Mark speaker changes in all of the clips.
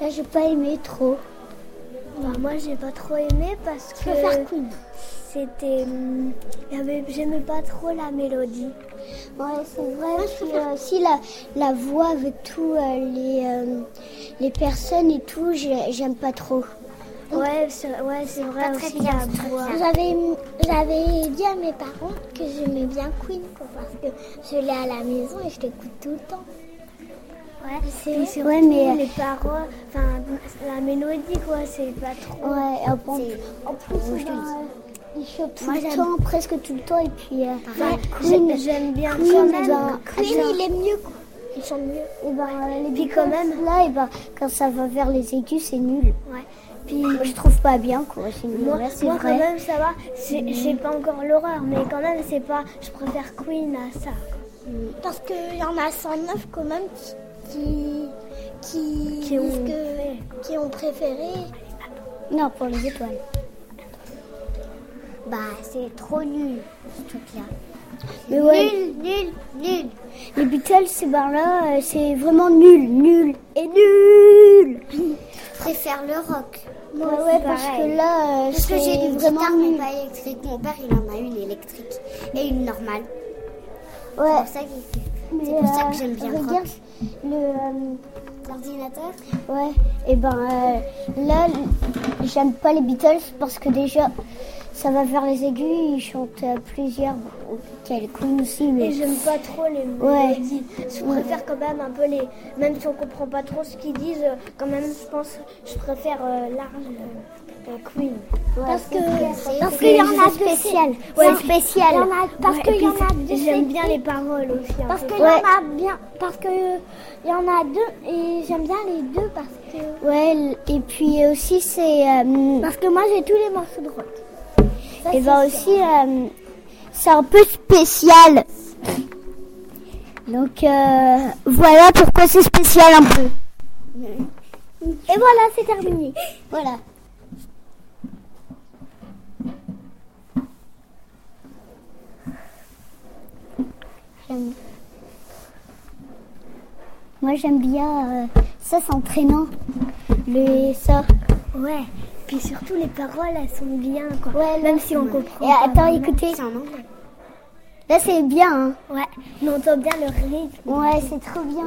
Speaker 1: Là, j'ai pas aimé trop.
Speaker 2: Bah, moi, j'ai pas trop aimé parce
Speaker 1: Je
Speaker 2: que
Speaker 1: préfère Queen.
Speaker 2: c'était.
Speaker 1: hmm,
Speaker 2: hum, il y avait- J'aimais pas trop la mélodie.
Speaker 1: Ouais, c'est vrai. Puis euh, aussi la, la voix avec tous les, euh, les personnes et tout, j'ai- j'aime pas trop.
Speaker 2: Ouais, c'est ouais, c'est vrai
Speaker 3: très
Speaker 2: aussi
Speaker 3: bien,
Speaker 2: la
Speaker 3: c'est très
Speaker 2: voix.
Speaker 1: J'avais j'avais dit à mes parents que j'aimais bien Queen quoi, parce que je l'ai à la maison et je l'écoute tout le temps.
Speaker 2: Ouais,
Speaker 1: vrai.
Speaker 2: c'est
Speaker 1: Ouais,
Speaker 2: ouais,
Speaker 1: mais-
Speaker 2: mais les paroles, enfin la mélodie quoi, c'est pas trop.
Speaker 1: Ouais, en, en- en plus,
Speaker 3: je te
Speaker 1: ben,
Speaker 3: le dis.
Speaker 1: euh, il chante tout
Speaker 2: Moi,
Speaker 1: le
Speaker 2: j'aime-
Speaker 1: temps, presque tout le temps, et puis. euh,
Speaker 2: Enfin,
Speaker 1: Queen,
Speaker 2: j'aime- J'aime bien
Speaker 1: Queen,
Speaker 2: quand
Speaker 1: eh
Speaker 2: même.
Speaker 1: ben, Queen,
Speaker 2: Genre-
Speaker 1: il est mieux quoi. Il chante mieux.
Speaker 2: Eh
Speaker 1: Et ben, euh, les
Speaker 2: Puis quand
Speaker 1: Beatles,
Speaker 2: même-
Speaker 1: Là, et ben, quand ça va vers les aigus, c'est nul.
Speaker 2: Ouais.
Speaker 1: Puis je trouve pas bien quoi, c'est nul.
Speaker 2: Moi,
Speaker 1: Ouais, c'est
Speaker 2: moi,
Speaker 1: vrai. Mm.
Speaker 2: quand même ça va, c'est c'est pas encore l'horreur, mais quand même c'est pas, je préfère Queen à ça.
Speaker 1: Mm.
Speaker 3: Parce qu'il y en a 109 quand même qui, qui,
Speaker 2: Qui ont-
Speaker 3: disent que- qui ont préféré.
Speaker 1: Non, pour les étoiles. Bah, c'est trop nul, ce truc-là. Mais ouais.
Speaker 3: Nul, nul, nul.
Speaker 1: Les Beatles, c'est ben là, euh, c'est vraiment nul, nul et nul.
Speaker 3: Je préfère le rock.
Speaker 1: Ouais,
Speaker 2: c'est
Speaker 1: ouais, parce
Speaker 2: pareil.
Speaker 1: que là, euh,
Speaker 3: Parce que j'ai
Speaker 1: c'est
Speaker 3: une
Speaker 1: vraiment
Speaker 3: guitare, mais
Speaker 1: nul.
Speaker 3: pas électrique. Mon père, il en a une électrique et une normale.
Speaker 1: Ouais,
Speaker 3: C'est pour ça qu'il
Speaker 1: mais euh,
Speaker 3: pour ça que j'aime bien le
Speaker 1: regarde, le,
Speaker 3: L'ordinateur
Speaker 1: euh, ouais, et ben euh, là, l- j'aime pas les Beatles parce que déjà, ça va vers les aigus, ils chantent euh, plusieurs, quel Queen aussi, mais
Speaker 2: Et j'aime pas trop les
Speaker 1: Ouais.
Speaker 2: mélodies. Je préfère quand même un peu les, même si on comprend pas trop ce qu'ils disent, euh, quand même je pense, je préfère euh, large euh, euh, Queen.
Speaker 1: parce que
Speaker 3: parce
Speaker 1: qu'il y en a
Speaker 3: deux, c'est-
Speaker 1: spécial,
Speaker 2: Ouais,
Speaker 1: c'est spécial.
Speaker 3: il y en a- parce
Speaker 2: Ouais,
Speaker 3: qu'il
Speaker 2: et
Speaker 3: y en
Speaker 2: puis,
Speaker 3: a deux, c'est-
Speaker 2: J'aime bien les paroles aussi. un
Speaker 3: Parce
Speaker 2: peu.
Speaker 3: qu'il
Speaker 1: Ouais.
Speaker 3: y en a Ah, bien, parce que il y en a deux et j'aime bien les deux parce que
Speaker 1: Ouais, l- et puis aussi c'est. euh,
Speaker 3: parce que moi j'ai tous les morceaux de rock. Ça,
Speaker 1: et
Speaker 3: c'est
Speaker 1: ben
Speaker 3: sûr.
Speaker 1: aussi, euh, c'est un peu spécial. Donc euh, voilà pourquoi c'est spécial un peu.
Speaker 3: Et voilà, c'est terminé.
Speaker 1: Voilà. J'aime. Moi j'aime bien euh, ça, c'est entraînant. Le ça.
Speaker 2: Ouais. Puis surtout les paroles, elles sont bien quoi.
Speaker 1: Ouais,
Speaker 2: Même si on
Speaker 1: Et
Speaker 2: comprend. pas
Speaker 1: attends,
Speaker 2: vraiment.
Speaker 1: écoutez,
Speaker 3: C'est en anglais.
Speaker 1: là c'est bien. hein.
Speaker 2: Ouais. Mais on entend bien le rythme.
Speaker 1: Ouais, c'est trop bien.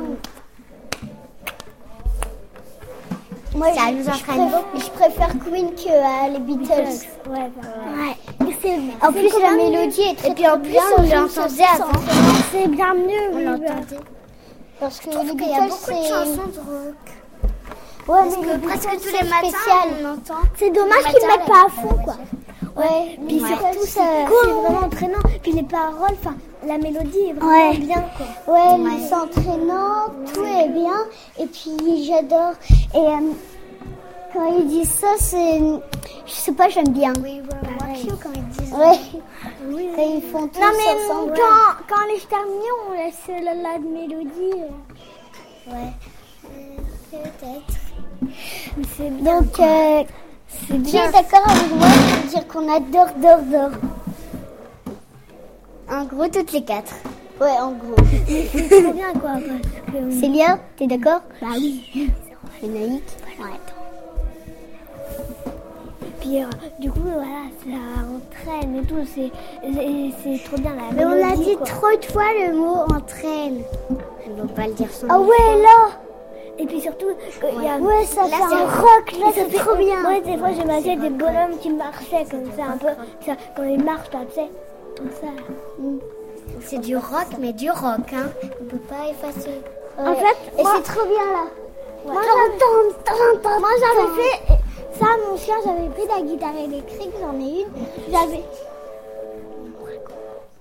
Speaker 1: Moi,
Speaker 3: Ça
Speaker 1: je-
Speaker 3: nous
Speaker 1: je
Speaker 3: entraîne
Speaker 1: préfère- Je préfère Queen que euh, les Beatles.
Speaker 2: Ouais. bah, ouais.
Speaker 1: Et c'est- En plus, la mélodie est très,
Speaker 3: Et puis en
Speaker 1: très
Speaker 3: plus,
Speaker 1: bien.
Speaker 3: on
Speaker 1: les gens
Speaker 3: l'entendait
Speaker 1: s'en-
Speaker 3: avant.
Speaker 2: C'est bien mieux. oui,
Speaker 3: On
Speaker 2: bah.
Speaker 3: l'entendait.
Speaker 1: Parce que
Speaker 3: Je
Speaker 1: les
Speaker 3: trouve qu'il y a
Speaker 1: Beatles, c'est...
Speaker 3: beaucoup de chansons de rock.
Speaker 1: Ouais,
Speaker 3: Parce
Speaker 1: mais
Speaker 3: que
Speaker 1: les
Speaker 3: presque
Speaker 1: Beatles,
Speaker 3: tous
Speaker 1: c'est
Speaker 3: les matins,
Speaker 1: spécial.
Speaker 3: on entend.
Speaker 2: C'est dommage
Speaker 3: Le
Speaker 2: qu'ils
Speaker 3: matin,
Speaker 2: mettent
Speaker 3: là,
Speaker 2: pas à
Speaker 3: dans
Speaker 2: fond
Speaker 3: la
Speaker 2: quoi.
Speaker 1: Ouais, puis
Speaker 2: Puis surtout, ça- c'est vraiment entraînant. Puis les paroles, enfin, la mélodie est vraiment
Speaker 1: Ouais.
Speaker 2: bien quoi.
Speaker 1: Ouais, mais c'est entraînant, tout est bien. Et puis j'adore. Et euh, quand ils disent ça, c'est. Je sais pas, j'aime bien.
Speaker 3: We were walking quand ils disent.
Speaker 1: Ouais. Quand ils font tout
Speaker 3: Non, mais
Speaker 1: ensemble.
Speaker 3: quand-
Speaker 1: les terminons, on laisse la, mélodie. euh. Ouais.
Speaker 3: Peut-être.
Speaker 1: Donc, euh, qui est d'accord avec moi pour dire qu'on adore, dor, dor
Speaker 3: En gros, toutes les quatre.
Speaker 1: Ouais, en gros.
Speaker 2: C'est trop bien quoi. ouais. Euh,
Speaker 1: Célia, t'es d'accord Bah oui. Naïk
Speaker 2: Puis euh, du coup, voilà, ça entraîne et tout. C'est, c'est, c'est trop bien la
Speaker 1: Mais on a
Speaker 2: mélodie.
Speaker 1: dit
Speaker 2: quoi.
Speaker 1: trop de fois le mot entraîne.
Speaker 3: Ils vont pas le dire sans
Speaker 1: Ah ouais, là
Speaker 2: Et puis surtout, quand il y a.
Speaker 1: Ouais, ça
Speaker 2: Là,
Speaker 1: fait
Speaker 2: c'est
Speaker 1: un rock, là,
Speaker 2: Et ça
Speaker 1: c'est
Speaker 2: fait-
Speaker 1: trop bien.
Speaker 2: Ouais, des fois, j'imaginais des bonhommes qui marchaient comme ça, un peu. ça, quand ils marchent, là, tu sais. Comme ça.
Speaker 3: C'est du rock, mais du rock, hein. On peut pas effacer.
Speaker 1: En fait, et
Speaker 2: moi-
Speaker 1: c'est trop bien, là.
Speaker 2: Moi,
Speaker 1: Moi, j'avais fait ça, mon chien, j'avais pris la guitare électrique, j'en ai une. J'avais,